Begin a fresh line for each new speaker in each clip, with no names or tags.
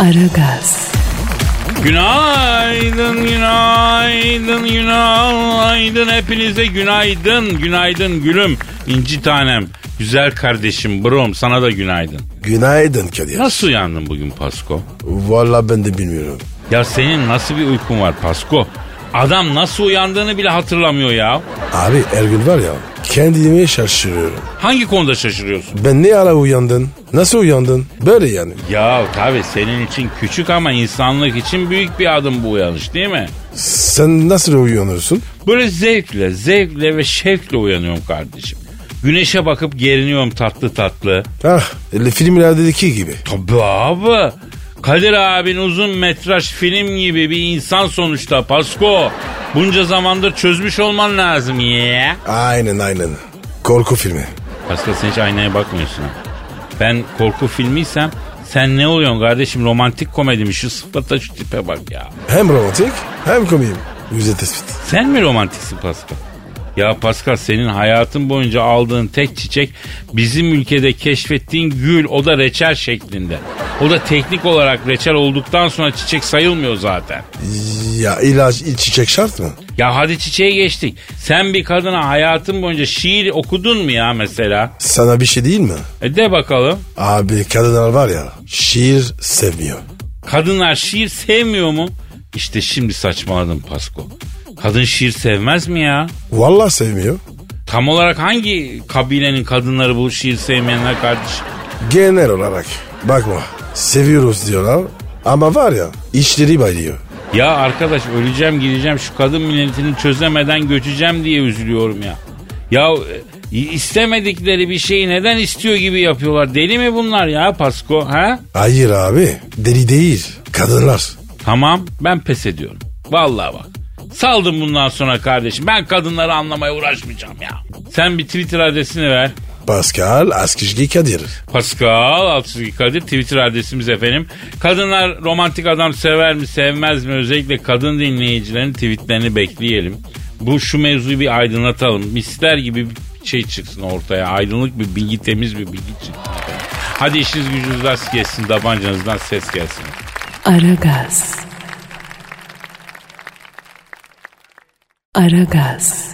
Aragaz,
Günaydın, günaydın, günaydın. Hepinize günaydın, günaydın gülüm, inci tanem, güzel kardeşim, brom sana da günaydın.
Günaydın Kadir.
Nasıl uyandın bugün Pasko?
Valla ben de bilmiyorum.
Ya senin nasıl bir uykun var Pasko? Adam nasıl uyandığını bile hatırlamıyor ya.
Abi Ergül var ya kendimi şaşırıyorum.
Hangi konuda şaşırıyorsun?
Ben ne ara uyandın? Nasıl uyandın? Böyle yani.
Ya tabii senin için küçük ama insanlık için büyük bir adım bu uyanış değil mi?
Sen nasıl uyanıyorsun?
Böyle zevkle, zevkle ve şevkle uyanıyorum kardeşim. Güneşe bakıp geriniyorum tatlı tatlı.
Ah öyle filmlerdeki gibi.
Tabii abi. Kadir abin uzun metraj film gibi bir insan sonuçta Pasko. Bunca zamandır çözmüş olman lazım ya.
Aynen aynen. Korku filmi.
Pasko sen hiç aynaya bakmıyorsun. ha. Ben korku filmiysem sen ne oluyorsun kardeşim romantik komedi mi? Şu sıfata şu tipe bak ya.
Hem romantik hem komiyim. Güzel tespit.
Sen mi romantiksin Pascal? Ya Pascal senin hayatın boyunca aldığın tek çiçek bizim ülkede keşfettiğin gül o da reçel şeklinde. O da teknik olarak reçel olduktan sonra çiçek sayılmıyor zaten.
Ya ilaç çiçek şart mı?
Ya hadi çiçeğe geçtik. Sen bir kadına hayatın boyunca şiir okudun mu ya mesela?
Sana bir şey değil mi?
E de bakalım.
Abi kadınlar var ya şiir sevmiyor.
Kadınlar şiir sevmiyor mu? İşte şimdi saçmaladım Pasko. Kadın şiir sevmez mi ya?
Vallahi sevmiyor.
Tam olarak hangi kabilenin kadınları bu şiir sevmeyenler kardeşim?
Genel olarak bakma seviyoruz diyorlar ama var ya işleri bayılıyor.
Ya arkadaş öleceğim gideceğim şu kadın milletini çözemeden göçeceğim diye üzülüyorum ya. Ya e, istemedikleri bir şeyi neden istiyor gibi yapıyorlar. Deli mi bunlar ya Pasko ha?
Hayır abi deli değil kadınlar.
Tamam ben pes ediyorum. Vallahi bak. Saldım bundan sonra kardeşim. Ben kadınları anlamaya uğraşmayacağım ya. Sen bir Twitter adresini ver.
Pascal Askizgi Kadir.
Pascal Altçizgi Kadir Twitter adresimiz efendim. Kadınlar romantik adam sever mi sevmez mi özellikle kadın dinleyicilerin tweetlerini bekleyelim. Bu şu mevzuyu bir aydınlatalım. Mister gibi bir şey çıksın ortaya. Aydınlık bir bilgi temiz bir bilgi çıksın. Hadi işiniz gücünüz rast gelsin tabancanızdan ses gelsin.
Aragaz. Aragaz,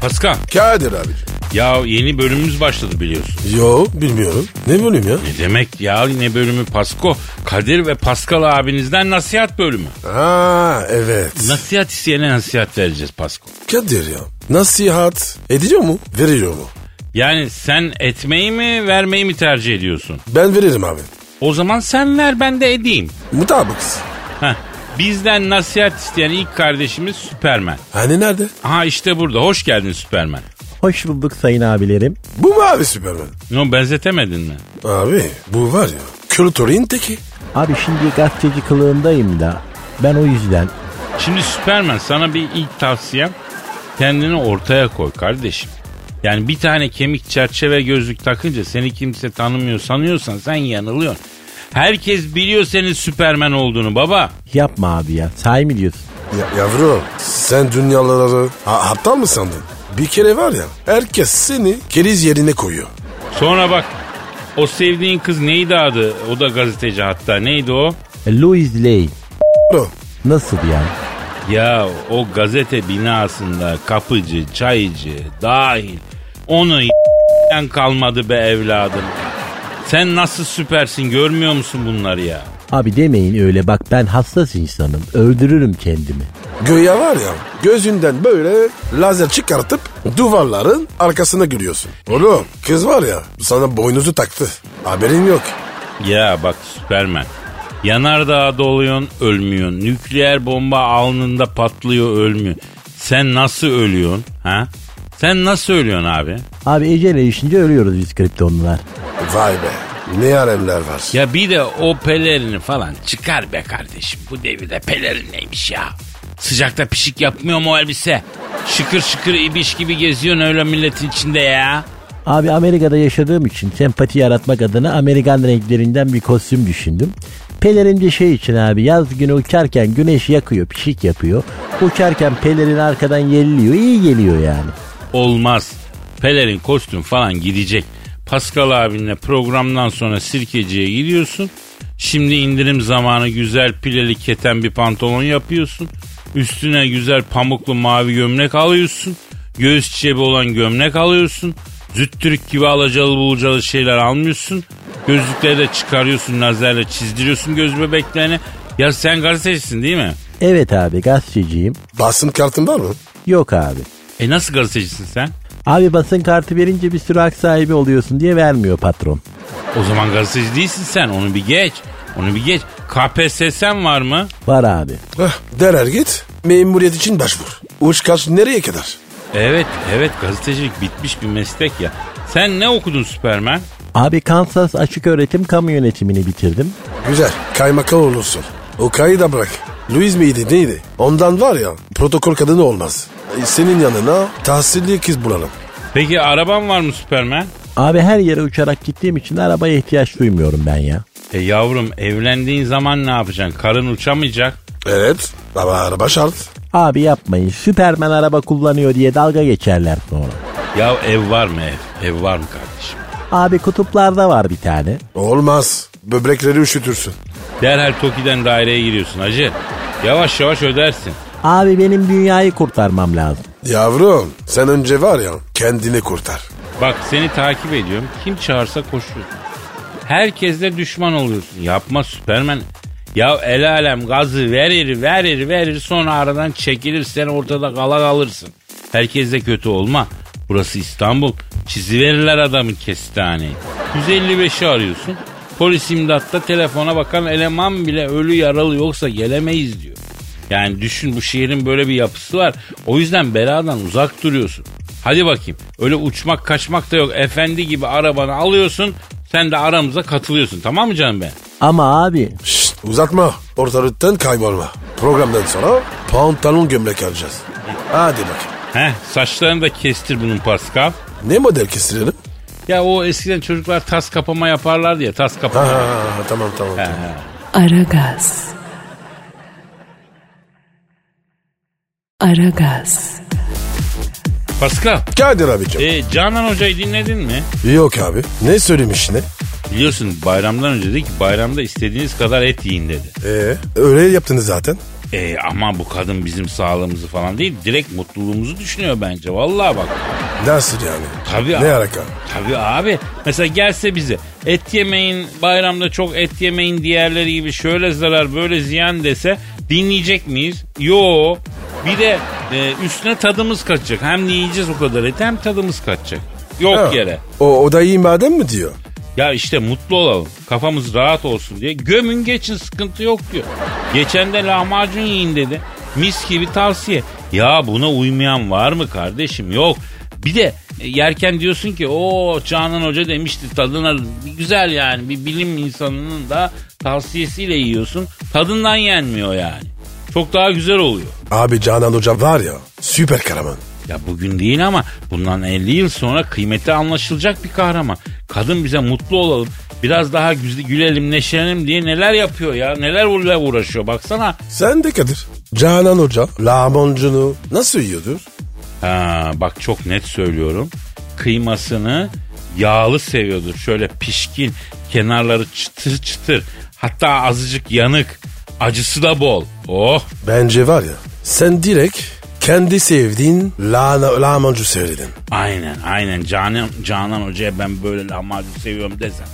Pascal
Kadir abi.
ya yeni bölümümüz başladı biliyorsun.
Yo bilmiyorum. Ne bölüm ya?
Ne demek ya ne bölümü Pasko? Kadir ve Pascal abinizden nasihat bölümü.
Ha evet.
Nasihat isteyene nasihat vereceğiz Pasko.
Kadir ya. Nasihat ediyor mu? Veriyor mu?
Yani sen etmeyi mi vermeyi mi tercih ediyorsun?
Ben veririm abi.
O zaman sen ver ben de edeyim.
Mutabıksın.
Heh. Bizden nasihat isteyen ilk kardeşimiz Süpermen.
Hani nerede?
Ha işte burada hoş geldin Süpermen.
Hoş bulduk sayın abilerim.
Bu mu abi Süperman?
No benzetemedin mi?
Abi bu var ya. Kültürün teki.
Abi şimdi gazeteci kılığındayım da ben o yüzden
Şimdi Süpermen sana bir ilk tavsiyem kendini ortaya koy kardeşim. Yani bir tane kemik çerçeve gözlük takınca seni kimse tanımıyor sanıyorsan sen yanılıyorsun. Herkes biliyor senin Süpermen olduğunu baba.
yapma abi ya sahi mi diyorsun?
Ya, yavrum sen dünyaları ha, aptal mı sandın? Bir kere var ya herkes seni keriz yerine koyuyor.
Sonra bak o sevdiğin kız neydi adı? O da gazeteci hatta. Neydi o?
E, Louis Lane
Bro,
nasıl yani?
Ya o gazete binasında kapıcı, çaycı, dahil. Onu y***den kalmadı be evladım. Sen nasıl süpersin görmüyor musun bunları ya?
Abi demeyin öyle bak ben hassas insanım öldürürüm kendimi.
göğe var ya gözünden böyle lazer çıkartıp duvarların arkasına giriyorsun. Oğlum kız var ya sana boynuzu taktı. Haberin yok.
Ya bak Süpermen. Yanardağa doluyorsun ölmüyorsun. Nükleer bomba alnında patlıyor ölmüyorsun. Sen nasıl ölüyorsun ha? Sen nasıl ölüyorsun abi?
Abi ecele işince ölüyoruz biz kriptonlular.
Vay be. Ne alemler var.
Ya bir de o pelerini falan çıkar be kardeşim. Bu devirde pelerin neymiş ya? Sıcakta pişik yapmıyor mu o elbise? Şıkır şıkır ibiş gibi geziyorsun öyle milletin içinde ya.
Abi Amerika'da yaşadığım için sempati yaratmak adına Amerikan renklerinden bir kostüm düşündüm. Pelerin de şey için abi yaz günü uçarken güneş yakıyor pişik yapıyor. Uçarken pelerin arkadan yelliyor iyi geliyor yani.
Olmaz. Pelerin kostüm falan gidecek. Pascal abinle programdan sonra sirkeciye gidiyorsun. Şimdi indirim zamanı güzel pileli keten bir pantolon yapıyorsun. Üstüne güzel pamuklu mavi gömlek alıyorsun. Göğüs cebi olan gömlek alıyorsun. Züttürk gibi alacalı bulacalı şeyler almıyorsun. Gözlükleri de çıkarıyorsun lazerle çizdiriyorsun göz bebeklerini. Ya sen gazetecisin değil mi?
Evet abi gazeteciyim.
Basın kartın var mı?
Yok abi.
E nasıl gazetecisin sen?
Abi basın kartı verince bir sürü hak sahibi oluyorsun diye vermiyor patron.
O zaman gazeteci değilsin sen. Onu bir geç. Onu bir geç. KPSS'n var mı?
Var abi.
Heh, derer git. Memuriyet için başvur. Uç kaç nereye kadar?
Evet, evet gazetecilik bitmiş bir meslek ya. Sen ne okudun Süpermen?
Abi Kansas açık öğretim kamu yönetimini bitirdim.
Güzel. Kaymakam olursun. O kayı da bırak. Louis miydi neydi? Ondan var ya protokol kadını olmaz. E, Senin yanına tahsilli kız bulalım.
Peki araban var mı Süpermen?
Abi her yere uçarak gittiğim için arabaya ihtiyaç duymuyorum ben ya.
E yavrum evlendiğin zaman ne yapacaksın? Karın uçamayacak.
Evet ama araba şart.
Abi yapmayın Süpermen araba kullanıyor diye dalga geçerler sonra.
Ya ev var mı ev? Ev var mı kardeşim?
Abi kutuplarda var bir tane.
Olmaz. Böbrekleri üşütürsün.
Derhal Toki'den daireye giriyorsun hacı. Yavaş yavaş ödersin.
Abi benim dünyayı kurtarmam lazım.
Yavrum sen önce var ya kendini kurtar.
Bak seni takip ediyorum. Kim çağırsa koşuyorsun. Herkesle düşman oluyorsun. Yapma Süpermen. Ya el alem gazı verir verir verir sonra aradan çekilir sen ortada kala kalırsın. Herkesle kötü olma. Burası İstanbul. Çiziverirler adamın kestaneyi. 155'i arıyorsun. Polis imdatta telefona bakan eleman bile ölü yaralı yoksa gelemeyiz diyor. Yani düşün bu şehrin böyle bir yapısı var. O yüzden beladan uzak duruyorsun. Hadi bakayım. Öyle uçmak kaçmak da yok. Efendi gibi arabanı alıyorsun. Sen de aramıza katılıyorsun. Tamam mı canım ben?
Ama abi
Şşt, uzatma. Ortalıktan kaybolma. Programdan sonra pantolon gömlek alacağız. Hadi bak.
Heh, saçlarını da kestir bunun Pascal.
Ne model kestirelim?
Ya o eskiden çocuklar tas kapama yaparlardı ya tas
Ha,
kapama.
ha, ha, tamam tamam. tamam.
Aragaz. Aragaz.
Pascal,
Kadir abicim.
e, Canan Hoca'yı dinledin mi?
Yok abi. Ne söylemiş ne?
Biliyorsun bayramdan önce dedi ki bayramda istediğiniz kadar et yiyin dedi.
Ee, öyle yaptınız zaten.
E, ama bu kadın bizim sağlığımızı falan değil direkt mutluluğumuzu düşünüyor bence. Vallahi bak.
Nasıl yani?
Tabii abi.
Ne alaka?
Tabii abi. Mesela gelse bize et yemeyin bayramda çok et yemeyin diğerleri gibi şöyle zarar böyle ziyan dese dinleyecek miyiz? Yo. Bir de e, üstüne tadımız kaçacak. Hem yiyeceğiz o kadar et hem tadımız kaçacak. Yok
Ha,
yere.
O, o da iyi madem mi diyor?
Ya işte mutlu olalım. Kafamız rahat olsun diye. Gömün geçin sıkıntı yok diyor. Geçen de lahmacun yiyin dedi. Mis gibi tavsiye. Ya buna uymayan var mı kardeşim? Yok. Bir de e, yerken diyorsun ki o Canan Hoca demişti tadına güzel yani bir bilim insanının da tavsiyesiyle yiyorsun. Tadından yenmiyor yani. Çok daha güzel oluyor.
Abi Canan Hoca var ya süper kahraman.
Ya bugün değil ama bundan 50 yıl sonra kıymeti anlaşılacak bir kahraman. Kadın bize mutlu olalım, biraz daha güz- gülelim, neşelenelim diye neler yapıyor ya. Neler uğra- uğraşıyor baksana.
Sen de Kadir. Canan Hoca lahmacunu nasıl yiyordur?
Ha, bak çok net söylüyorum. Kıymasını yağlı seviyordur. Şöyle pişkin, kenarları çıtır çıtır. Hatta azıcık yanık. Acısı da bol. Oh
Bence var ya sen direkt kendi sevdiğin lahana, lahmacun söyledin.
Aynen aynen Canan, Canan Hoca'ya ben böyle lahmacun seviyorum desen.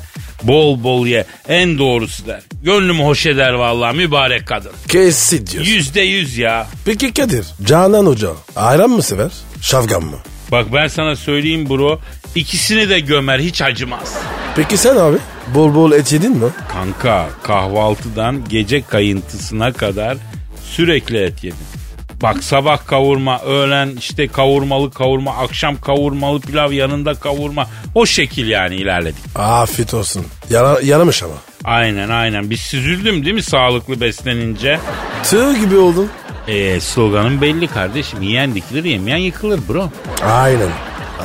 Bol bol ye en doğrusu der. Gönlüm hoş eder vallahi mübarek kadın.
Kesin diyorsun.
Yüzde yüz ya.
Peki Kadir Canan Hoca ayran mı sever? Şafgan mı?
Bak ben sana söyleyeyim bro ikisini de gömer hiç acımaz.
Peki sen abi bol bol et yedin mi?
Kanka kahvaltıdan gece kayıntısına kadar sürekli et yedim. Bak sabah kavurma, öğlen işte kavurmalı kavurma, akşam kavurmalı pilav yanında kavurma. O şekil yani ilerledik.
Afiyet olsun. Yara, yaramış ama.
Aynen aynen. Biz süzüldüm değil mi sağlıklı beslenince?
Tığ gibi oldun.
Ee, sloganım belli kardeşim. Yiyen dikilir, yemeyen yıkılır bro.
Aynen.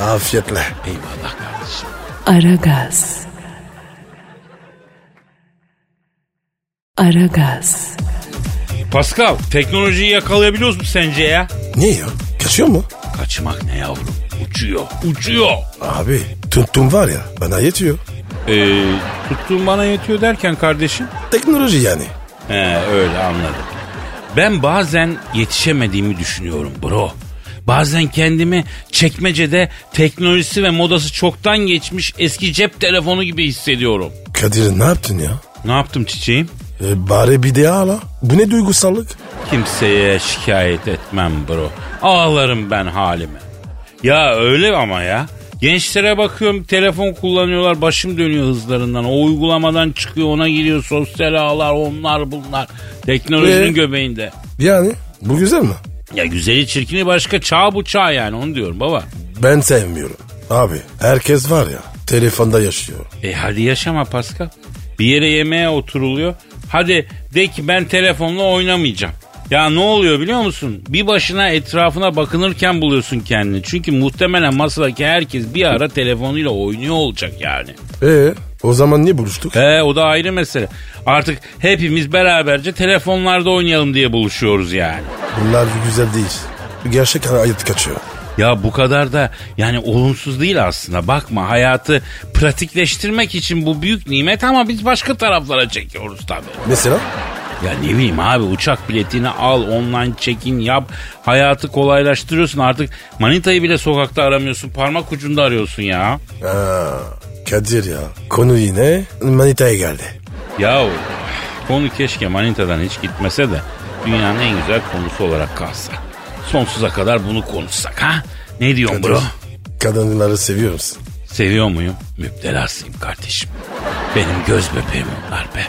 Afiyetle.
Eyvallah kardeşim.
Aragaz. Aragaz.
Pascal, teknolojiyi yakalayabiliyoruz mu sence ya?
Niye ya? Kaçıyor mu?
Kaçmak ne yavrum? Uçuyor, uçuyor.
Abi tuttum var ya bana yetiyor.
Ee, tuttuğun bana yetiyor derken kardeşim.
Teknoloji yani.
He öyle anladım. Ben bazen yetişemediğimi düşünüyorum bro. Bazen kendimi çekmecede teknolojisi ve modası çoktan geçmiş eski cep telefonu gibi hissediyorum.
Kadir ne yaptın ya?
Ne yaptım çiçeğim?
E, bari bir de ağla. Bu ne duygusallık?
Kimseye şikayet etmem bro. Ağlarım ben halime. Ya öyle ama ya. Gençlere bakıyorum telefon kullanıyorlar başım dönüyor hızlarından. O uygulamadan çıkıyor ona giriyor sosyal ağlar onlar bunlar. Teknolojinin
Ee?
göbeğinde.
Yani bu güzel mi?
Ya güzeli çirkini başka çağ bu çağ yani onu diyorum baba.
Ben sevmiyorum. Abi herkes var ya telefonda yaşıyor.
E hadi yaşama Pascal. Bir yere yemeğe oturuluyor. Hadi de ki ben telefonla oynamayacağım. Ya ne oluyor biliyor musun? Bir başına etrafına bakınırken buluyorsun kendini. Çünkü muhtemelen masadaki herkes bir ara telefonuyla oynuyor olacak yani.
E o zaman niye buluştuk?
He o da ayrı mesele. Artık hepimiz beraberce telefonlarda oynayalım diye buluşuyoruz yani.
Bunlar güzel değil. Gerçek hayat kaçıyor.
Ya bu kadar da yani olumsuz değil aslında. Bakma hayatı pratikleştirmek için bu büyük nimet ama biz başka taraflara çekiyoruz tabii.
Mesela
Ya ne bileyim abi uçak biletini al, online check-in yap. Hayatı kolaylaştırıyorsun artık. Manitayı bile sokakta aramıyorsun. Parmak ucunda arıyorsun ya.
Ha, E, Kadir ya konu yine manitaya geldi.
Ya konu keşke manitadan hiç gitmese de dünyanın en güzel konusu olarak kalsa. Sonsuza kadar bunu konuşsak ha? Ne diyorsun E, bro?
Kadınları seviyor musun?
Seviyor muyum? Müptelasıyım kardeşim. Benim göz bebeğim onlar be.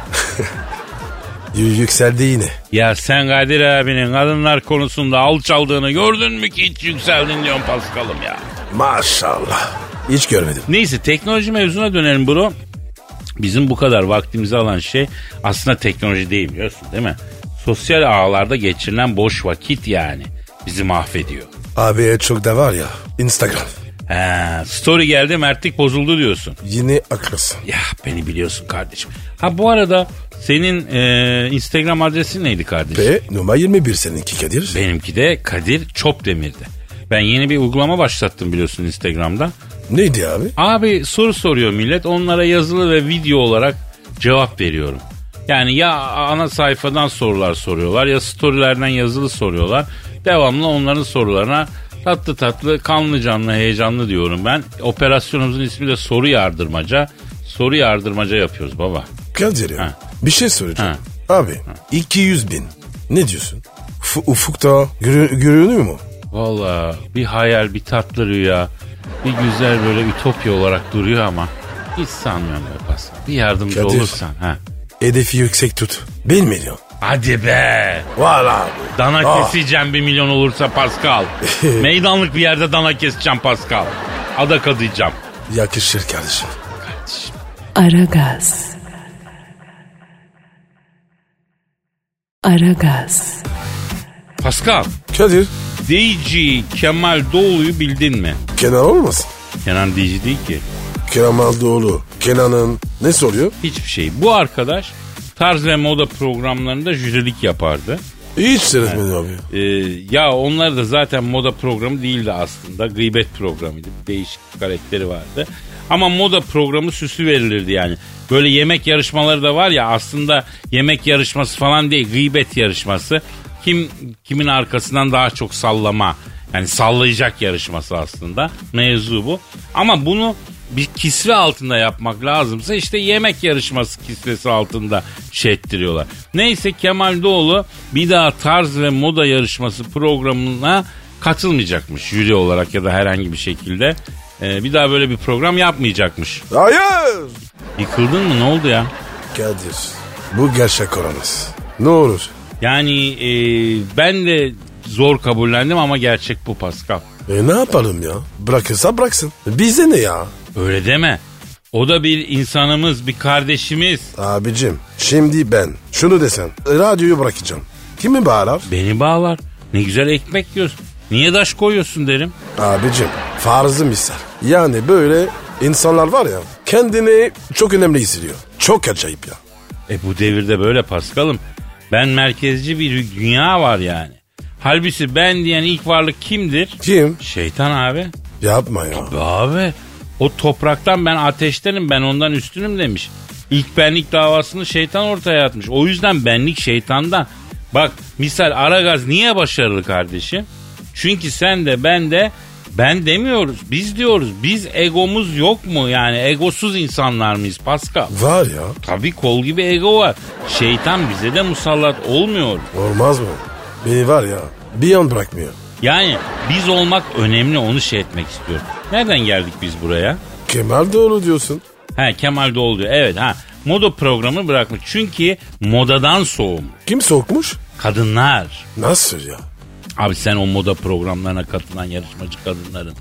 Y- yükseldi yine.
ya sen Kadir abinin kadınlar konusunda alçaldığını gördün mü ki hiç yükseldin diyorum Paskal'ım ya.
Maşallah. Hiç görmedim.
Neyse teknoloji mevzuna dönelim bro. Bizim bu kadar vaktimizi alan şey aslında teknoloji değil biliyorsun değil mi? Sosyal ağlarda geçirilen boş vakit yani bizi mahvediyor.
Abi çok da var ya Instagram.
He, story geldi mertlik bozuldu diyorsun.
Yine akılsın.
Ya beni biliyorsun kardeşim. Ha bu arada senin e, Instagram adresin neydi kardeşim?
Ve numara 21 seninki Kadir.
Benimki de Kadir Çopdemir'di. Ben yeni bir uygulama başlattım biliyorsun Instagram'da.
Neydi abi?
Abi soru soruyor millet. Onlara yazılı ve video olarak cevap veriyorum. Yani ya ana sayfadan sorular soruyorlar ya storylerden yazılı soruyorlar. Devamlı onların sorularına tatlı tatlı kanlı canlı heyecanlı diyorum ben. Operasyonumuzun ismi de soru yardırmaca. Soru yardırmaca yapıyoruz baba.
Kadir ya.
Ha.
Bir şey soracağım. Abi 200 bin. Ne diyorsun? Uf- ufukta görü- görünüyor mu?
Valla bir hayal bir tatlı rüya bir güzel böyle ütopya olarak duruyor ama hiç sanmıyorum be Pascal. Bir yardımcı
Kadir.
olursan. Ha.
Hedefi yüksek tut. 1 milyon.
Hadi be.
Valla
Dana
Ah.
keseceğim bir milyon olursa Pascal. Meydanlık bir yerde dana keseceğim Pascal. Ada kadayacağım.
yakışır kardeşim.
Aragaz. Aragaz.
Pascal,
Kadir
DJ Kemal Doğulu'yu bildin mi?
Kenan olmasın?
Kenan DJ değil ki.
Kenan Maldoğlu. Kenan'ın ne soruyor?
Hiçbir şey. Bu arkadaş tarz ve moda programlarında jürilik yapardı.
Hiç seyretmedim abi.
Ee, ya onlar da zaten moda programı değildi aslında. Gıybet programıydı. Bir Değişik bir karakteri vardı. Ama moda programı süsü verilirdi yani. Böyle yemek yarışmaları da var ya aslında yemek yarışması falan değil gıybet yarışması. Kim kimin arkasından daha çok sallama yani sallayacak yarışması aslında mevzu bu. Ama bunu bir kisve altında yapmak lazımsa işte yemek yarışması kisvesi altında şey ettiriyorlar. Neyse Kemal Doğulu bir daha tarz ve moda yarışması programına katılmayacakmış jüri olarak ya da herhangi bir şekilde. Ee, bir daha böyle bir program yapmayacakmış.
Hayır.
Yıkıldın mı ne oldu ya?
Kadir bu gerçek olamaz. Ne olur.
Yani e, ben de zor kabullendim ama gerçek bu Pascal.
E ne yapalım ya? Bırakırsa bıraksın. Bize ne ya?
Öyle deme. O da bir insanımız, bir kardeşimiz.
Abicim şimdi ben şunu desen radyoyu bırakacağım. Kimi bağlar?
Beni bağlar. Ne güzel ekmek yiyorsun. Niye taş koyuyorsun derim.
Abicim farzı misal. Yani böyle insanlar var ya kendini çok önemli hissediyor. Çok acayip ya.
E bu devirde böyle Paskal'ım. Ben merkezci bir dünya var yani. Halbuki ben diyen ilk varlık kimdir?
Kim?
Şeytan abi.
Yapma ya.
Be Abi o topraktan ben ateştenim ben ondan üstünüm demiş. İlk benlik davasını şeytan ortaya atmış. O yüzden benlik şeytandan. Bak misal Aragaz niye başarılı kardeşim? Çünkü sen de ben de ben demiyoruz biz diyoruz. Biz egomuz yok mu yani egosuz insanlar mıyız Pascal?
Var ya.
Tabii kol gibi ego var. Şeytan bize de musallat olmuyor.
Olmaz mı? Beni var ya bir an bırakmıyor.
Yani biz olmak önemli onu şey etmek istiyorum. Nereden geldik biz buraya?
Kemal doğru diyorsun.
Ha Kemal Doğulu diyor. Evet ha. Moda programı bırakmış. Çünkü modadan soğum.
Kim sokmuş?
Kadınlar.
Nasıl ya?
Abi sen o moda programlarına katılan yarışmacı kadınların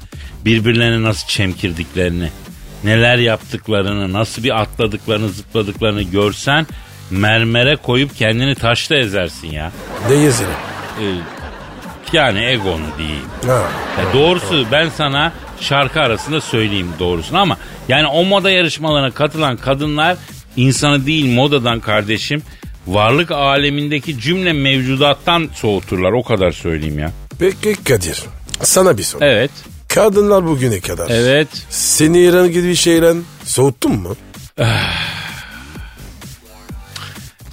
birbirlerine nasıl çemkirdiklerini, neler yaptıklarını, nasıl bir atladıklarını, zıpladıklarını görsen mermere koyup kendini taşla ezersin ya.
Ne yazılı?
Ee, yani egonu diyeyim.
Ha.
Ya doğrusu ben sana şarkı arasında söyleyeyim doğrusunu ama yani o moda yarışmalarına katılan kadınlar insanı değil modadan kardeşim varlık alemindeki cümle mevcudattan soğuturlar o kadar söyleyeyim ya.
Peki Kadir sana bir soru.
Evet.
Kadınlar bugüne kadar
Evet.
seni İran gibi bir şeyle soğuttun mu?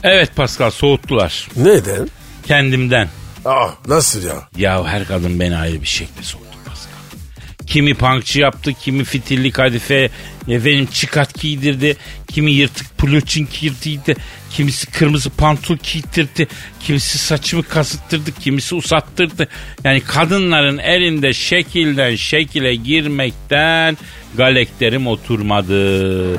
Evet Pascal soğuttular
Neden?
kendimden.
Aa Ah, nasıl ya?
Ya her kadın beni ayrı bir şekilde soğuttu Pascal. Kimi punkçı yaptı, kimi fitilli kadife, efendim çıkat giydirdi, kimi yırtık ploçin giydirdi, kimisi kırmızı pantul giydirdi, kimisi saçımı kasıttırdı, kimisi uzattırdı. Yani kadınların elinde şekilden şekile girmekten galeklerim oturmadı.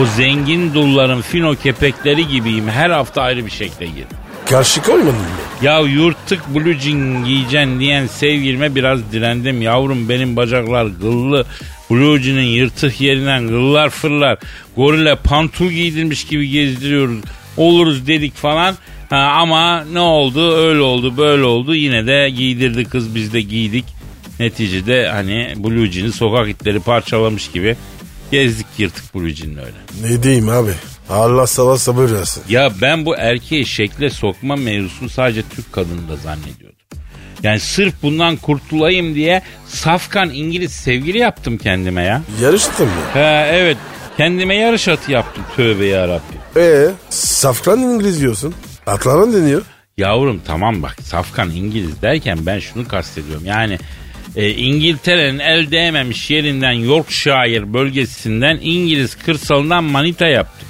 O zengin dulların fino kepekleri gibiyim. Her hafta ayrı bir şekle girdim.
Karşı koymadın mı?
Ya yurttık blue jean giyeceksin diyen sevgilime biraz direndim. Yavrum benim bacaklar gıllı. Blue jean'in yırtık yerinden gıllar fırlar. Gorilla pantul giydirmiş gibi gezdiriyoruz. Oluruz dedik falan. Ha, ama ne oldu öyle oldu böyle oldu yine de giydirdi kız biz de giydik. Neticede hani blue jean'i sokak itleri parçalamış gibi gezdik yırtık blue jean'le öyle.
Ne diyeyim abi? Allah sabah sabır versin.
Ya ben bu erkeği şekle sokma mevzusunu sadece Türk kadını da zannediyordum. Yani sırf bundan kurtulayım diye safkan İngiliz sevgili yaptım kendime ya.
Yarıştın mı?
Ha evet kendime yarış atı yaptım tövbe yarabbim.
Ee, safran İngiliz diyorsun. Atlanan deniyor.
Yavrum tamam bak safkan İngiliz derken ben şunu kastediyorum. Yani e, İngiltere'nin el değmemiş yerinden Yorkshire bölgesinden İngiliz kırsalından manita yaptım.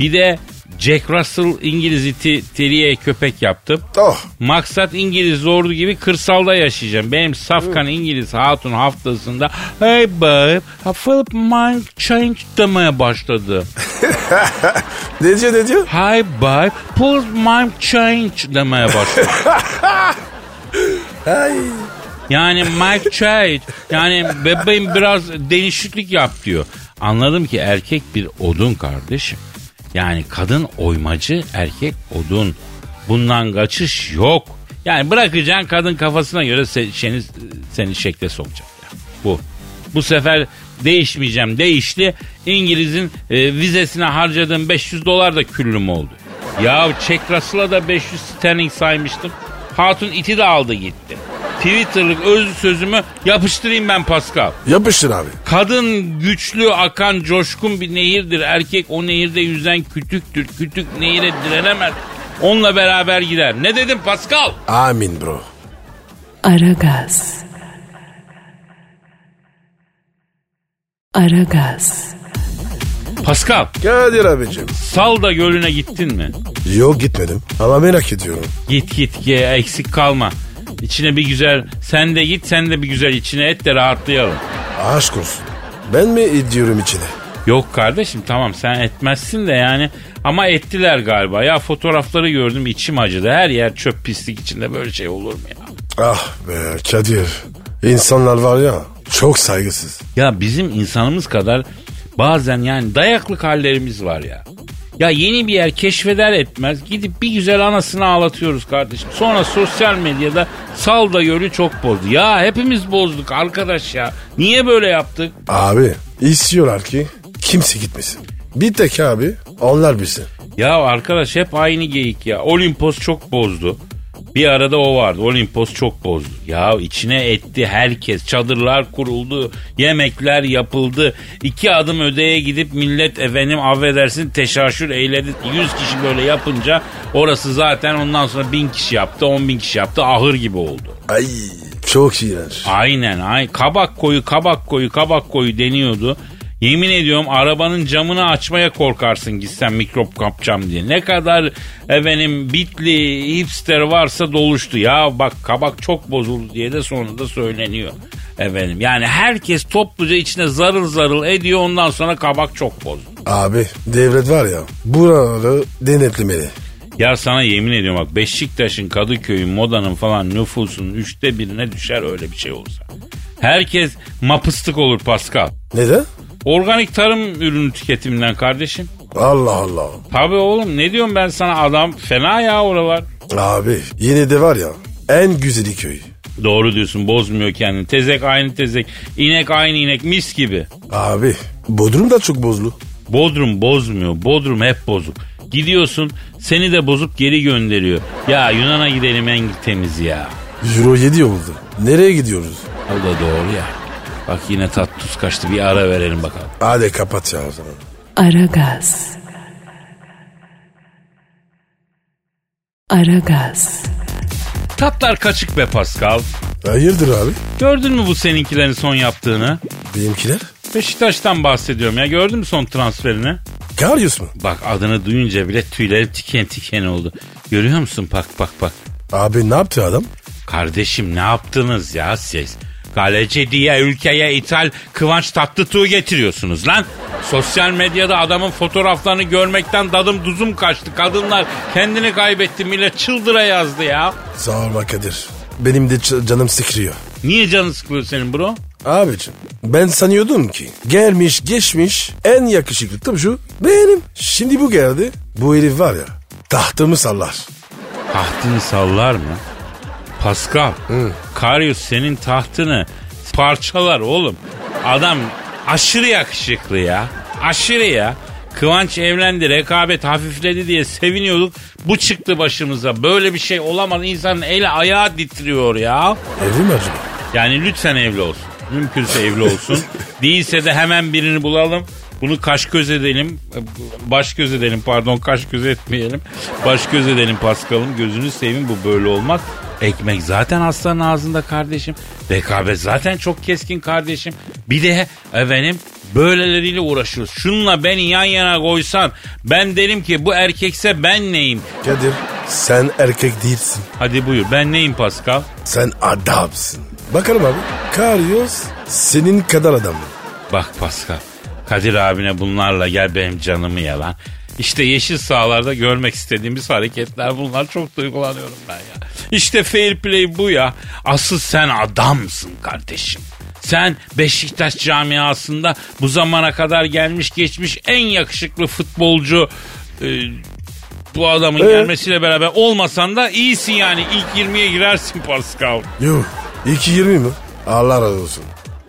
Bir de Jack Russell İngiliz iti teriye köpek yaptım.
Oh
Maksat İngiliz ordu gibi kırsalda yaşayacağım. Benim safkan İngiliz hatun haftasında hey babe, I feel my change demeye başladı.
ne diyor ne diyor?
Hi babe, pull my change demeye başladı.
Ay.
Yani Mike Child yani bebeğim biraz değişiklik yap diyor. Anladım ki erkek bir odun kardeşim. Yani kadın oymacı erkek odun. Bundan kaçış yok. Yani bırakacaksın kadın kafasına göre se- seni, seni şekle sokacak. ya. Bu. Bu sefer değişmeyeceğim değişti. İngiliz'in e, vizesine harcadığım 500 dolar da küllüm oldu. Ya Çek Russell'a da 500 sterling saymıştım. Hatun iti de aldı gitti. Twitter'lık özlü sözümü yapıştırayım ben Pascal.
Yapıştır abi.
Kadın güçlü akan coşkun bir nehirdir. Erkek o nehirde yüzen kütüktür. Kütük nehire direnemez. Onunla beraber gider. Ne dedim Pascal?
Amin bro.
Aragaz. Aragaz.
Pascal,
Kadir abicim.
Salda Gölü'ne gittin mi?
Yok gitmedim ama merak ediyorum.
Git git ye, eksik kalma. İçine bir güzel sen de git sen de bir güzel içine et de rahatlayalım.
Aşk olsun. Ben mi ediyorum içine?
Yok kardeşim tamam sen etmezsin de yani ama ettiler galiba. Ya fotoğrafları gördüm içim acıdı. Her yer çöp pislik içinde böyle şey olur mu ya?
Ah be Kadir. İnsanlar var ya çok saygısız.
Ya bizim insanımız kadar bazen yani dayaklık hallerimiz var ya. Ya yeni bir yer keşfeder etmez gidip bir güzel anasını ağlatıyoruz kardeşim. Sonra sosyal medyada sal da yörü çok bozdu. Ya hepimiz bozduk arkadaş ya. Niye böyle yaptık?
Abi istiyorlar ki kimse gitmesin. Bir tek abi onlar bilsin.
Ya arkadaş hep aynı geyik ya. Olimpos çok bozdu. Bir arada o vardı. Olimpos çok bozdu. Ya içine etti herkes. Çadırlar kuruldu. Yemekler yapıldı. İki adım ödeye gidip millet efendim affedersin teşaşür eyledi. Yüz kişi böyle yapınca orası zaten ondan sonra bin kişi yaptı. On bin kişi yaptı. Ahır gibi oldu.
Ay çok iğrenç.
Aynen ay kabak koyu kabak koyu kabak koyu deniyordu. Yemin ediyorum arabanın camını açmaya korkarsın gitsen mikrop kapacağım diye. Ne kadar efendim bitli hipster varsa doluştu. Ya bak kabak çok bozuldu diye de sonra da söyleniyor. Efendim yani herkes topluca içine zarıl zarıl ediyor ondan sonra kabak çok bozdu.
Abi devlet var ya buraları denetlemeli.
Ya sana yemin ediyorum bak Beşiktaş'ın, Kadıköy'ün, Moda'nın falan nüfusunun üçte birine düşer öyle bir şey olsa. Herkes mapıstık olur Pascal.
Neden?
Organik tarım ürünü tüketiminden kardeşim.
Allah Allah.
Tabii oğlum ne diyorum ben sana adam fena ya oralar.
Abi yine de var ya en güzeli köy.
Doğru diyorsun bozmuyor kendini. Tezek aynı tezek. inek aynı inek mis gibi.
Abi Bodrum da çok bozlu.
Bodrum bozmuyor. Bodrum hep bozuk. Gidiyorsun seni de bozup geri gönderiyor. Ya Yunan'a gidelim en temiz ya.
Euro 7 oldu. Nereye gidiyoruz?
O da doğru ya. Bak yine tat tuz kaçtı bir ara verelim bakalım.
Hadi kapat ya o zaman.
Aragaz. Aragaz.
Tatlar kaçık be Pascal.
Hayırdır abi?
Gördün mü bu seninkilerin son yaptığını?
Benimkiler?
Beşiktaş'tan bahsediyorum ya gördün mü son transferini?
Karyus mu?
Bak adını duyunca bile tüyleri tiken tiken oldu. Görüyor musun bak bak bak.
Abi ne yaptı adam?
Kardeşim ne yaptınız ya siz? Galeci diye ülkeye ithal Kıvanç Tatlıtuğ getiriyorsunuz lan. Sosyal medyada adamın fotoğraflarını görmekten dadım duzum kaçtı. Kadınlar kendini kaybetti millet çıldıra yazdı ya.
Sağ olma Kadir. Benim de ç- canım sıkılıyor.
Niye canın sıkılıyor senin bro?
Abicim ben sanıyordum ki gelmiş geçmiş en yakışıklı topçu benim. Şimdi bu geldi. Bu herif var ya tahtımı sallar.
Tahtını sallar mı? Pascal, Karius senin tahtını parçalar oğlum. Adam aşırı yakışıklı ya. Aşırı ya. Kıvanç evlendi, rekabet hafifledi diye seviniyorduk. Bu çıktı başımıza. Böyle bir şey olamaz. İnsanın eli ayağı titriyor ya.
Evli mi acaba?
Yani lütfen evli olsun. Mümkünse evli olsun. Değilse de hemen birini bulalım. Bunu kaş göz edelim. Baş göz edelim pardon kaş göz etmeyelim. Baş göz edelim Paskal'ım. Gözünü seveyim bu böyle olmaz. Ekmek zaten aslanın ağzında kardeşim. Rekabet zaten çok keskin kardeşim. Bir de efendim böyleleriyle uğraşıyoruz. Şununla beni yan yana koysan ben derim ki bu erkekse ben neyim?
Kadir sen erkek değilsin.
Hadi buyur ben neyim Paskal?
Sen adamsın. Bakalım abi. Karyos senin kadar adam mı?
Bak Pascal. Kadir abine bunlarla gel benim canımı yalan. İşte yeşil sahalarda görmek istediğimiz hareketler bunlar. Çok duygulanıyorum ben ya. İşte fair play bu ya. Asıl sen adamsın kardeşim. Sen Beşiktaş camiasında bu zamana kadar gelmiş geçmiş en yakışıklı futbolcu e, bu adamın gelmesiyle beraber olmasan da iyisin yani. İlk 20'ye girersin Pascal.
Yok. 2.20 mi? Allah razı olsun.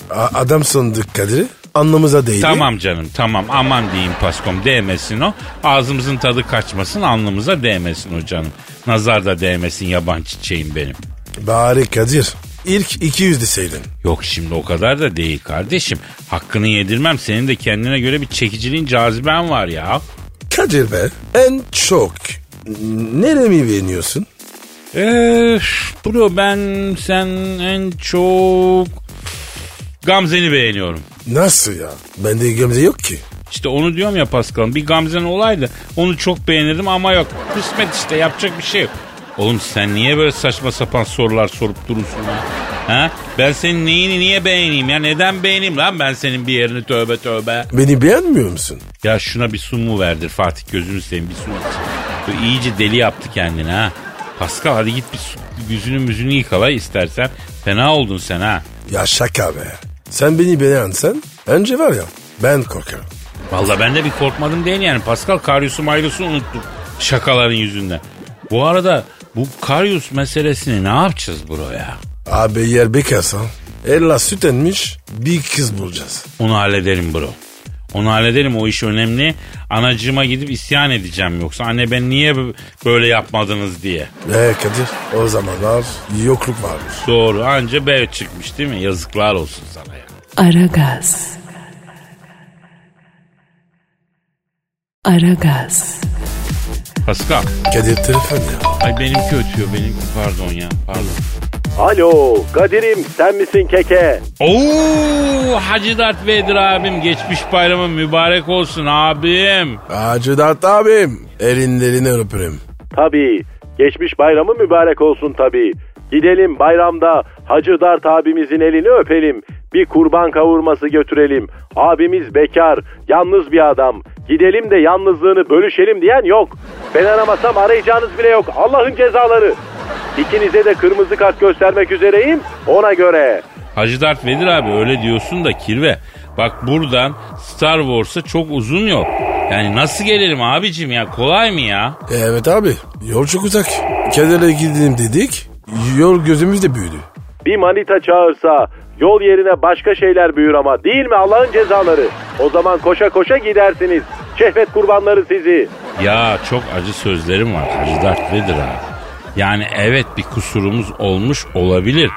A- adam sandık Kadir'i. Anlamıza değdi.
Tamam canım tamam aman diyeyim paskom değmesin o. Ağzımızın tadı kaçmasın alnımıza değmesin o canım. Nazar da değmesin yaban çiçeğim benim.
Bari Kadir. İlk 200 deseydin.
Yok şimdi o kadar da değil kardeşim. Hakkını yedirmem senin de kendine göre bir çekiciliğin caziben var ya.
Kadir be en çok neremi beğeniyorsun?
Eee bro ben sen en çok Gamze'ni beğeniyorum.
Nasıl ya? Bende gömze yok ki.
İşte onu diyorum ya Paskal'ım. Bir Gamze'nin olaydı. Onu çok beğenirdim ama yok. Kısmet işte yapacak bir şey yok. Oğlum sen niye böyle saçma sapan sorular sorup durursun ya? Ha? Ben senin neyini niye beğeneyim ya? Neden beğeneyim lan ben senin bir yerini tövbe tövbe.
Beni beğenmiyor musun?
Ya şuna bir su mu verdir Fatih gözünü seveyim bir su iç. Böyle iyice deli yaptı kendini ha. Pascal hadi git bir su- yüzünü müzünü yıkala istersen. Fena oldun sen ha.
Ya şaka be. Sen beni beğensen önce var ya ben korkarım.
Valla ben de bir korkmadım değil yani. Pascal Karyus'u maylusu unuttum. Şakaların yüzünden. Bu arada bu Karyus meselesini ne yapacağız buraya?
Abi yer bekarsan ella süt emmiş bir kız bulacağız.
Onu hallederim bro. Onu hallederim o iş önemli. Anacığıma gidip isyan edeceğim yoksa. Anne ben niye bö- böyle yapmadınız diye.
E Kadir o zamanlar yokluk varmış.
Doğru anca B çıkmış değil mi? Yazıklar olsun sana ya.
Aragaz. Aragaz.
Pascal.
Kadir telefon ya.
Ay benimki ötüyor benimki pardon ya pardon.
Alo Kadir'im sen misin keke?
Oo Hacı Dert Vedir abim geçmiş bayramın mübarek olsun abim.
Hacı Dert abim elinlerini öpürüm.
Tabii. Geçmiş bayramı mübarek olsun tabii. Gidelim bayramda Hacı Dart abimizin elini öpelim. Bir kurban kavurması götürelim. Abimiz bekar, yalnız bir adam. Gidelim de yalnızlığını bölüşelim diyen yok. Ben aramasam arayacağınız bile yok. Allah'ın cezaları. İkinize de kırmızı kart göstermek üzereyim ona göre.
Hacı Dert Vedir abi öyle diyorsun da kirve. Bak buradan Star Wars'a çok uzun yok. Yani nasıl gelirim abicim ya kolay mı ya?
E, Evet abi yol çok uzak. Kadir'e gidelim dedik yol gözümüz de büyüdü.
Bir manita çağırsa yol yerine başka şeyler büyür ama değil mi Allah'ın cezaları? O zaman koşa koşa gidersiniz. Şehvet kurbanları sizi.
Ya çok acı sözlerim var Hacı Dert Vedir abi. Yani evet bir kusurumuz olmuş olabilir.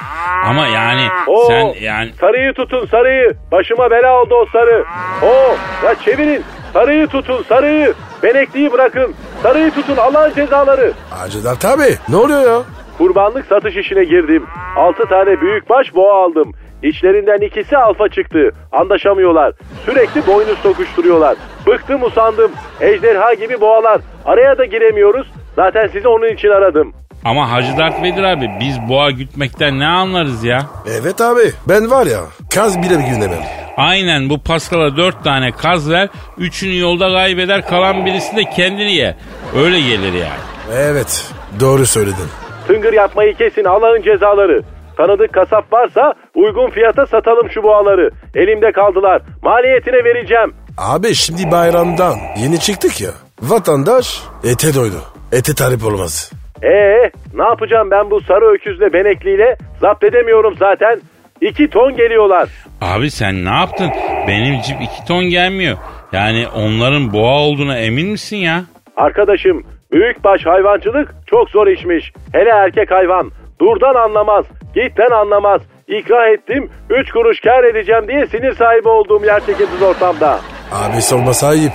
Ama yani
Oo,
sen yani
Sarıyı tutun sarıyı. Başıma bela oldu o sarı. Oo, ya çevirin. Sarıyı tutun sarıyı. Benekliği bırakın. Sarıyı tutun Allah'ın cezaları.
Hacı Dert abi ne oluyor ya?
Kurbanlık satış işine girdim. 6 tane büyükbaş boğa aldım. İçlerinden ikisi alfa çıktı. Anlaşamıyorlar. Sürekli boynuz tokuşturuyorlar. Bıktım usandım. Ejderha gibi boğalar. Araya da giremiyoruz. Zaten sizi onun için aradım.
Ama Hacı Dert Vedir abi biz boğa gütmekten ne anlarız ya?
E, Evet abi ben var ya kaz bile gündemem.
Aynen bu Paskal'a dört tane kaz ver, üçünü yolda kaybeder, kalan birisi de kendini ye. Öyle gelir yani.
Evet doğru söyledin.
Tıngır yapmayı kesin Allah'ın cezaları. Tanıdık kasap varsa uygun fiyata satalım şu boğaları. Elimde kaldılar. Maliyetine vereceğim.
Abi şimdi bayramdan yeni çıktık ya. Vatandaş ete doydu. Ete tarif olmaz.
Ee, ne yapacağım ben bu sarı öküzle benekliyle? Zapt edemiyorum zaten. İki ton geliyorlar.
Abi sen ne yaptın? Benim cip iki ton gelmiyor. Yani onların boğa olduğuna emin misin ya?
Arkadaşım büyükbaş hayvancılık çok zor işmiş. Hele erkek hayvan. Durdan anlamaz, gitten anlamaz. İkra ettim, üç kuruş kar edeceğim diye sinir sahibi olduğum yerçekimsiz ortamda.
Abi sorması ayıp.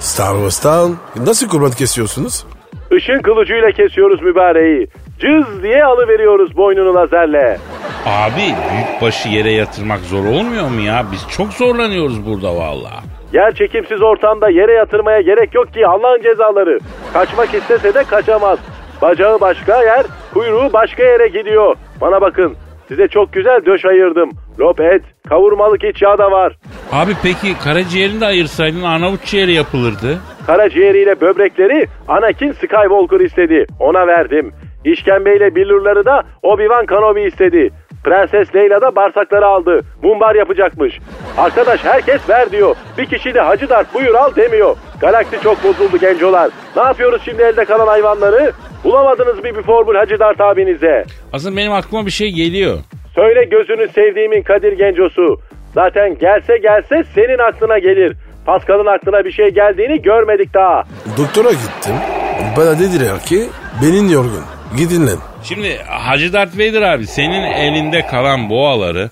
Star Wars'tan nasıl kurban kesiyorsunuz?
Işın kılıcıyla kesiyoruz mübareği. Cız diye alıveriyoruz boynunu lazerle.
Abi büyük başı yere yatırmak zor olmuyor mu ya? Biz çok zorlanıyoruz burada vallahi.
Yer çekimsiz ortamda yere yatırmaya gerek yok ki Allah'ın cezaları. Kaçmak istese de kaçamaz. Bacağı başka yer, kuyruğu başka yere gidiyor. Bana bakın, size çok güzel döş ayırdım. Lop et, kavurmalık iç yağ da var.
Abi peki karaciğerini de ayırsaydın Arnavut ciğeri yapılırdı.
Karaciğeriyle böbrekleri Anakin Skywalker istedi. Ona verdim. İşkembeyle billurları da Obi-Wan Kenobi istedi. Prenses Leyla da bağırsakları aldı. Mumbar yapacakmış. Arkadaş herkes ver diyor. Bir kişi de Hacı Dert buyur al demiyor. Galaksi çok bozuldu gencolar. Ne yapıyoruz şimdi elde kalan hayvanları? Bulamadınız mı bir formül Hacı Dert abinize?
Aslında benim aklıma bir şey geliyor.
Söyle gözünü sevdiğimin Kadir Gencosu. Zaten gelse gelse senin aklına gelir. Paskal'ın aklına bir şey geldiğini görmedik daha.
Doktora gittim. Bana dediler ki benim yorgun. Gidin lan.
Şimdi Hacı Dert Vedir abi senin elinde kalan boğaları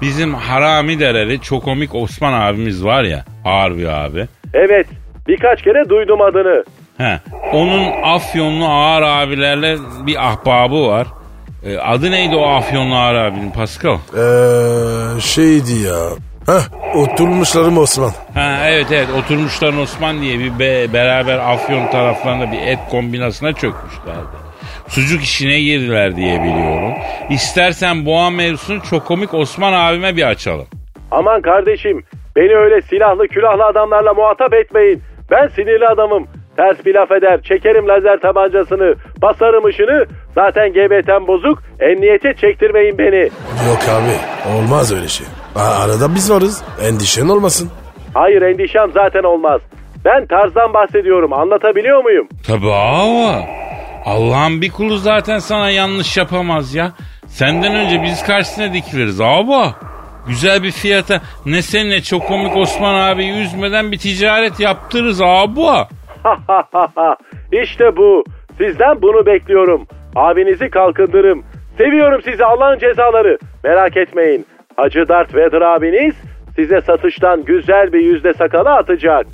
bizim harami dereli çokomik Osman abimiz var ya ağır bir abi.
Evet, birkaç kere duydum adını.
He, onun afyonlu ağır abilerle bir ahbabı var. E, adı neydi o afyonlu ağır abinin Pascal?
Ee, şeydi ya. Hah oturmuşlarım Osman.
Ha, evet evet oturmuşların Osman diye bir be- beraber Afyon taraflarında bir et kombinasına çökmüşlerdi. Sucuk işine girdiler diye biliyorum. İstersen boğa mevzusunu çok komik Osman abime bir açalım.
Aman kardeşim, beni öyle silahlı külahlı adamlarla muhatap etmeyin. Ben sinirli adamım. Ters bir laf eder. Çekerim lazer tabancasını. Basarım ışını. Zaten GBT'm bozuk. Emniyete çektirmeyin beni.
Yok abi olmaz öyle şey. Aa, arada biz varız. Endişen olmasın.
Hayır endişem zaten olmaz. Ben tarzdan bahsediyorum. Anlatabiliyor muyum?
Tabii ama Allah'ın bir kulu zaten sana yanlış yapamaz ya. Senden önce biz karşısına dikiliriz abi. Güzel bir fiyata ne sen ne çok komik Osman abi yüzmeden bir ticaret yaptırırız abi.
işte bu. Sizden bunu bekliyorum. Abinizi kalkındırım. Seviyorum sizi Allah'ın cezaları. Merak etmeyin. Hacı Dert Vedir abiniz size satıştan güzel bir yüzde sakala atacak.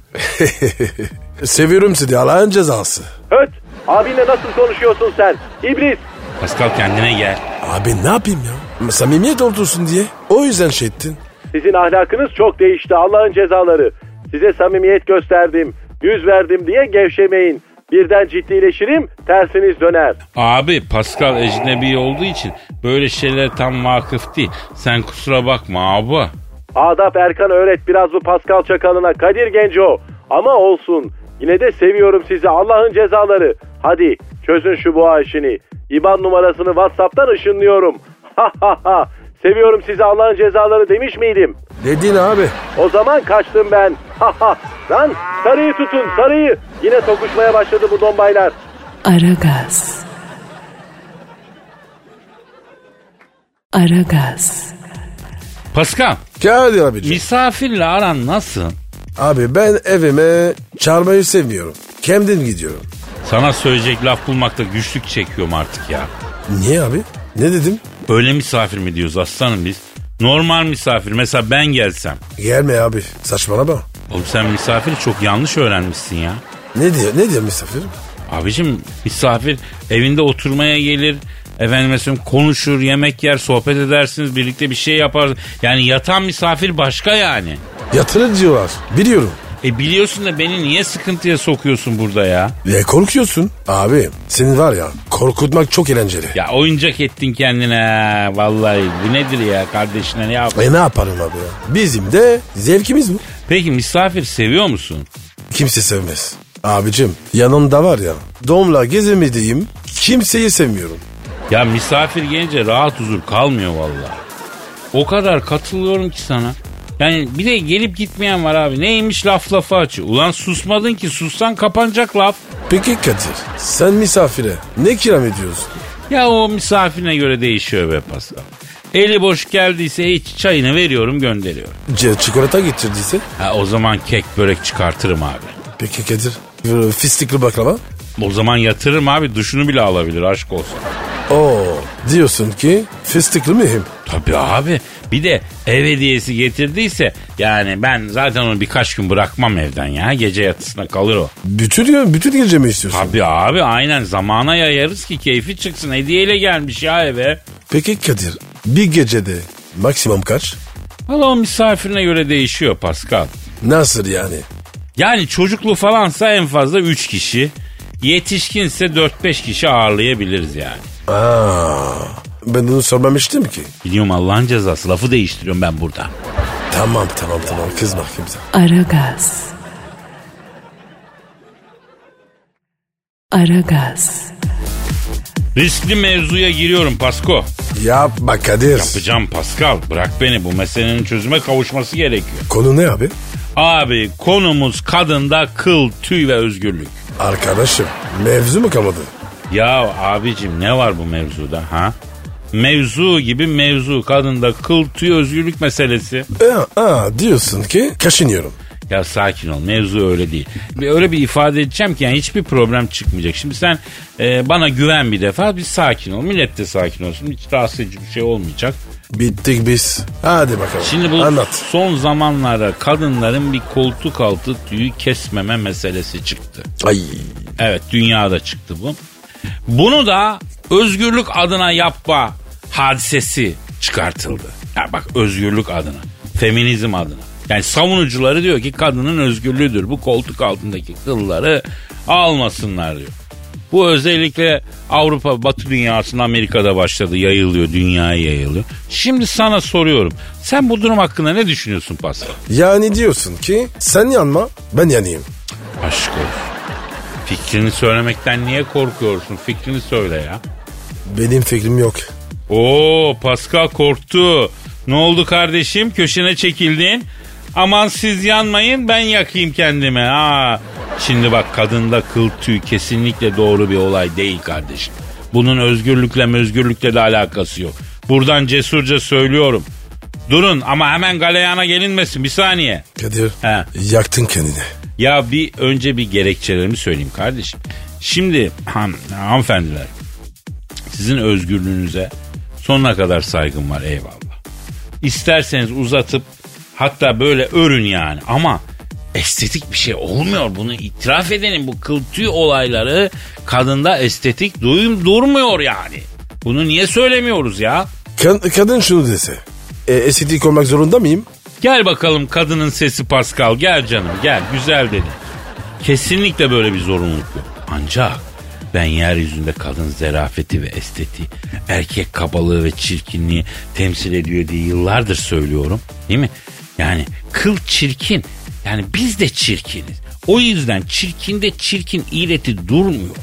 Seviyorum seni Allah'ın cezası.
Höt! Abinle nasıl konuşuyorsun sen? İblis!
Pascal kendine gel.
Abi ne yapayım ya? Samimiyet olsun diye. O yüzden şey ettin.
Sizin ahlakınız çok değişti Allah'ın cezaları. Size samimiyet gösterdim, yüz verdim diye gevşemeyin. Birden ciddileşirim, tersiniz döner.
Abi Pascal ecnebi olduğu için böyle şeylere tam vakıf değil. Sen kusura bakma abi.
Adap Erkan öğret biraz bu Pascal Çakalı'na Kadir Genco. Ama olsun. Yine de seviyorum sizi Allah'ın cezaları. Hadi çözün şu boğa işini. İban numarasını Whatsapp'tan ışınlıyorum. Ha ha ha. Seviyorum sizi Allah'ın cezaları demiş miydim?
Dedin abi.
O zaman kaçtım ben. Ha ha. Lan sarıyı tutun sarıyı. Yine tokuşmaya başladı bu dombaylar.
Aragaz. Aragaz.
Pascal
Kadir abicim.
misafirle aran nasıl?
Abi ben evime çağırmayı sevmiyorum. Kendim gidiyorum.
Sana söyleyecek laf bulmakta güçlük çekiyorum artık ya.
Niye abi? Ne dedim?
Böyle misafir mi diyoruz aslanım biz? Normal misafir. Mesela ben gelsem.
Gelme abi. Saçmalama.
Oğlum sen misafiri çok yanlış öğrenmişsin ya.
Ne diyor? Ne diyor misafir?
Abicim misafir evinde oturmaya gelir. Efendim mesela konuşur, yemek yer, sohbet edersiniz, birlikte bir şey yapar. Yani yatan misafir başka yani.
Yatırır diyorlar. Biliyorum.
E biliyorsun da beni niye sıkıntıya sokuyorsun burada ya?
Ne korkuyorsun? Abi senin var ya korkutmak çok eğlenceli.
Ya oyuncak ettin kendine. Vallahi bu nedir ya kardeşine ne yap?
E ne yaparım abi ya? Bizim de zevkimiz bu.
Peki misafir seviyor musun?
Kimse sevmez. Abicim yanımda var ya domla gezemediğim kimseyi sevmiyorum.
Ya misafir gelince rahat huzur kalmıyor vallahi. O kadar katılıyorum ki sana. Yani bir de gelip gitmeyen var abi. Neymiş laf lafı açı. Ulan susmadın ki sussan kapanacak laf.
Peki Kadir sen misafire ne kiram ediyorsun?
Ya o misafirine göre değişiyor be Pascal. Eli boş geldiyse hiç çayını veriyorum gönderiyorum.
C- çikolata getirdiyse?
Ha, o zaman kek börek çıkartırım abi.
Peki Kadir e, fıstıklı baklava?
O zaman yatırırım abi duşunu bile alabilir aşk olsun.
Oo diyorsun ki fıstıklı mühim.
Tabii abi bir de ev hediyesi getirdiyse yani ben zaten onu birkaç gün bırakmam evden ya gece yatısına kalır o.
Bütün, bütün gece mi istiyorsun?
Tabii abi aynen zamana yayarız ki keyfi çıksın hediyeyle gelmiş ya eve.
Peki Kadir bir gecede maksimum kaç?
Valla o misafirine göre değişiyor Pascal.
Nasıl yani?
Yani çocuklu falansa en fazla 3 kişi. Yetişkinse 4-5 kişi ağırlayabiliriz yani.
Aa, ben bunu sormamıştım ki.
Biliyorum Allah'ın cezası lafı değiştiriyorum ben burada.
Tamam tamam tamam kızma kimse.
Aragaz. Aragaz.
Riskli mevzuya giriyorum Pasko.
Yapma Kadir.
Yapacağım Pascal bırak beni bu meselenin çözüme kavuşması gerekiyor.
Konu ne abi?
Abi konumuz kadında kıl, tüy ve özgürlük.
Arkadaşım mevzu mu kalmadı?
Ya abicim ne var bu mevzuda ha? Mevzu gibi mevzu kadında kıl tüy özgürlük meselesi.
Aa, Ee, aa, diyorsun ki kaşınıyorum.
Ya sakin ol mevzu öyle değil. Bir- Öyle bir ifade edeceğim ki yani hiçbir problem çıkmayacak. Şimdi sen e, bana güven bir defa bir sakin ol. Millet de sakin olsun. Hiç rahatsız edici bir şey olmayacak.
Bittik biz. Hadi bakalım.
Şimdi bu
Anlat.
son zamanlarda kadınların bir koltuk altı tüyü kesmeme meselesi çıktı.
Ay.
Evet dünyada çıktı bu. Bunu da özgürlük adına yapma hadisesi çıkartıldı. Ya bak özgürlük adına, feminizm adına. Yani savunucuları diyor ki kadının özgürlüğüdür. Bu koltuk altındaki kılları almasınlar diyor. Bu özellikle Avrupa, Batı dünyasının Amerika'da başladı. Yayılıyor, dünyaya yayılıyor. Şimdi sana soruyorum. Sen bu durum hakkında ne düşünüyorsun Pascal?
Yani diyorsun ki sen yanma ben yanayım.
Aşk olsun. Fikrini söylemekten niye korkuyorsun? Fikrini söyle ya.
Benim fikrim yok.
Oo Pascal korktu. Ne oldu kardeşim? Köşene çekildin. Aman siz yanmayın ben yakayım kendime. Ha. Şimdi bak kadında kıl tüy kesinlikle doğru bir olay değil kardeşim. Bunun özgürlükle mözgürlükle de alakası yok. Buradan cesurca söylüyorum. Durun ama hemen galeyana gelinmesin bir saniye.
Kadir
He.
yaktın kendini.
Ya bir önce bir gerekçelerimi söyleyeyim kardeşim. Şimdi han, hanımefendiler sizin özgürlüğünüze sonuna kadar saygım var eyvallah. İsterseniz uzatıp hatta böyle örün yani ama estetik bir şey olmuyor bunu itiraf edelim. Bu kıl tüy olayları kadında estetik duyum durmuyor yani. Bunu niye söylemiyoruz ya?
Kad- kadın şunu dese. E, estetik olmak zorunda mıyım?
Gel bakalım kadının sesi Pascal. Gel canım gel güzel dedi. Kesinlikle böyle bir zorunluluk yok. Ancak ben yeryüzünde kadın zerafeti ve estetiği, erkek kabalığı ve çirkinliği temsil ediyor diye yıllardır söylüyorum. Değil mi? Yani kıl çirkin. Yani biz de çirkiniz. O yüzden çirkinde çirkin ileti durmuyor.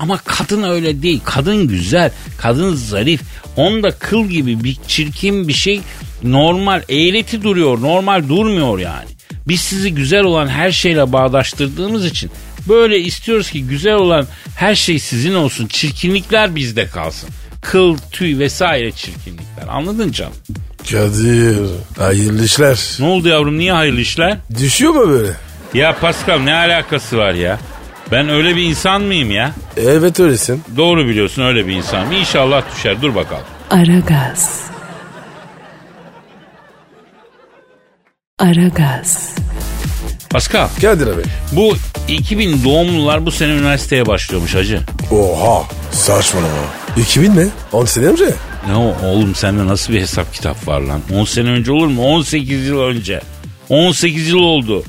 Ama kadın öyle değil. Kadın güzel, kadın zarif. Onda kıl gibi bir çirkin bir şey normal eğleti duruyor, normal durmuyor yani. Biz sizi güzel olan her şeyle bağdaştırdığımız için böyle istiyoruz ki güzel olan her şey sizin olsun. Çirkinlikler bizde kalsın. Kıl, tüy vesaire çirkinlikler. Anladın canım?
Kadir hayırlı işler.
Ne oldu yavrum? Niye hayırlı işler?
Düşüyor mu böyle?
Ya Pascal ne alakası var ya? Ben öyle bir insan mıyım ya?
Evet öylesin.
Doğru biliyorsun öyle bir insanım. İnşallah düşer. Dur bakalım.
Aragaz. Aragaz.
Pascal
Kadir abi.
bu 2000 doğumlular bu sene üniversiteye başlıyormuş hacı.
Oha saçmalama. 2000 ne? 10 sene önce.
Ne o oğlum sende nasıl bir hesap kitap var lan? 10 sene önce olur mu? 18 yıl önce. 18 yıl oldu.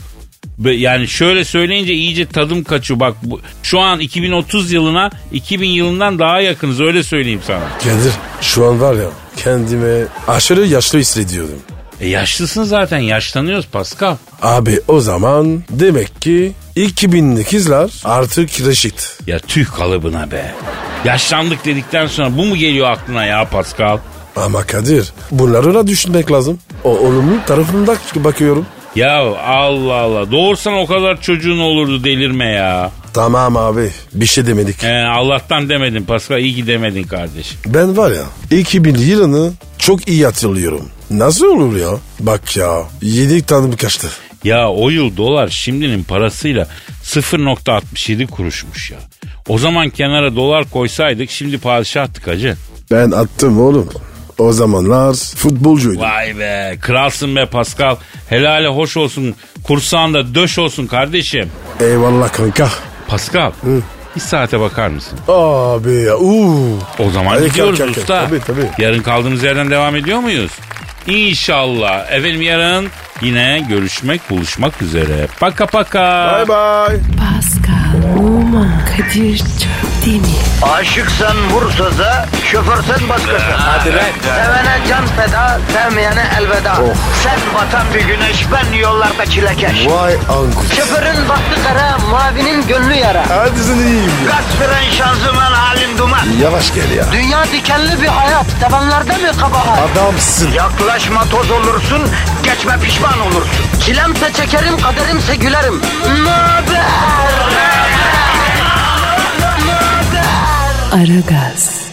Be- Yani şöyle söyleyince iyice tadım kaçıyor. Bak bu, şu an 2030 yılına 2000 yılından daha yakınız öyle söyleyeyim sana.
Kadir şu an var ya kendime aşırı yaşlı hissediyordum.
E yaşlısın zaten yaşlanıyoruz Pascal.
Abi o zaman demek ki 2000'li kızlar artık reşit.
Ya tüh kalıbına be. Yaşlandık dedikten sonra bu mu geliyor aklına ya Pascal?
Ama Kadir bunları da düşünmek lazım. O olumlu tarafından bakıyorum.
Ya Allah Allah doğursan o kadar çocuğun olurdu delirme ya.
Tamam abi bir şey demedik.
Ee, Allah'tan demedin Pascal iyi ki demedin kardeşim.
Ben var ya 2000 yılını çok iyi hatırlıyorum. Nasıl olur ya? Bak ya yedik tanım kaçtı.
Ya o yıl dolar şimdinin parasıyla 0.67 kuruşmuş ya. O zaman kenara dolar koysaydık şimdi padişahtık hacı.
Ben attım oğlum. O zamanlar futbolcuydum.
Vay be kralsın be Pascal. Helale hoş olsun kursağında döş olsun kardeşim.
Eyvallah kanka.
Pascal bir saate bakar mısın?
Abi ya uuu.
O zaman
Hadi
gidiyoruz
kalk, kalk,
usta.
kalk. Tabii, tabii.
Yarın kaldığımız yerden devam ediyor muyuz? İnşallah. Efendim yarın yine görüşmek, buluşmak üzere. Paka paka.
Bye bye.
Pascal, Oman, Kadir çok değil mi?
Aşıksan vursa da, şoförsen başkasın. Hadi
lan.
Sevene can feda, sevmeyene elveda. Sen batan bir güneş, ben yollarda çilekeş.
Vay anku.
Şoförün baktı kara, mavinin gönlü yara.
Hadi sen iyiyim ya.
Kasperen şanzıman halin duman.
Yavaş gel ya.
Dünya dikenli bir hayat, sevenlerde mi kabahar?
Adamsın.
Yaklaşma toz olursun, geçme pişman olursun. Çilemse çekerim, kaderimse gülerim. Möber!
Aragaz.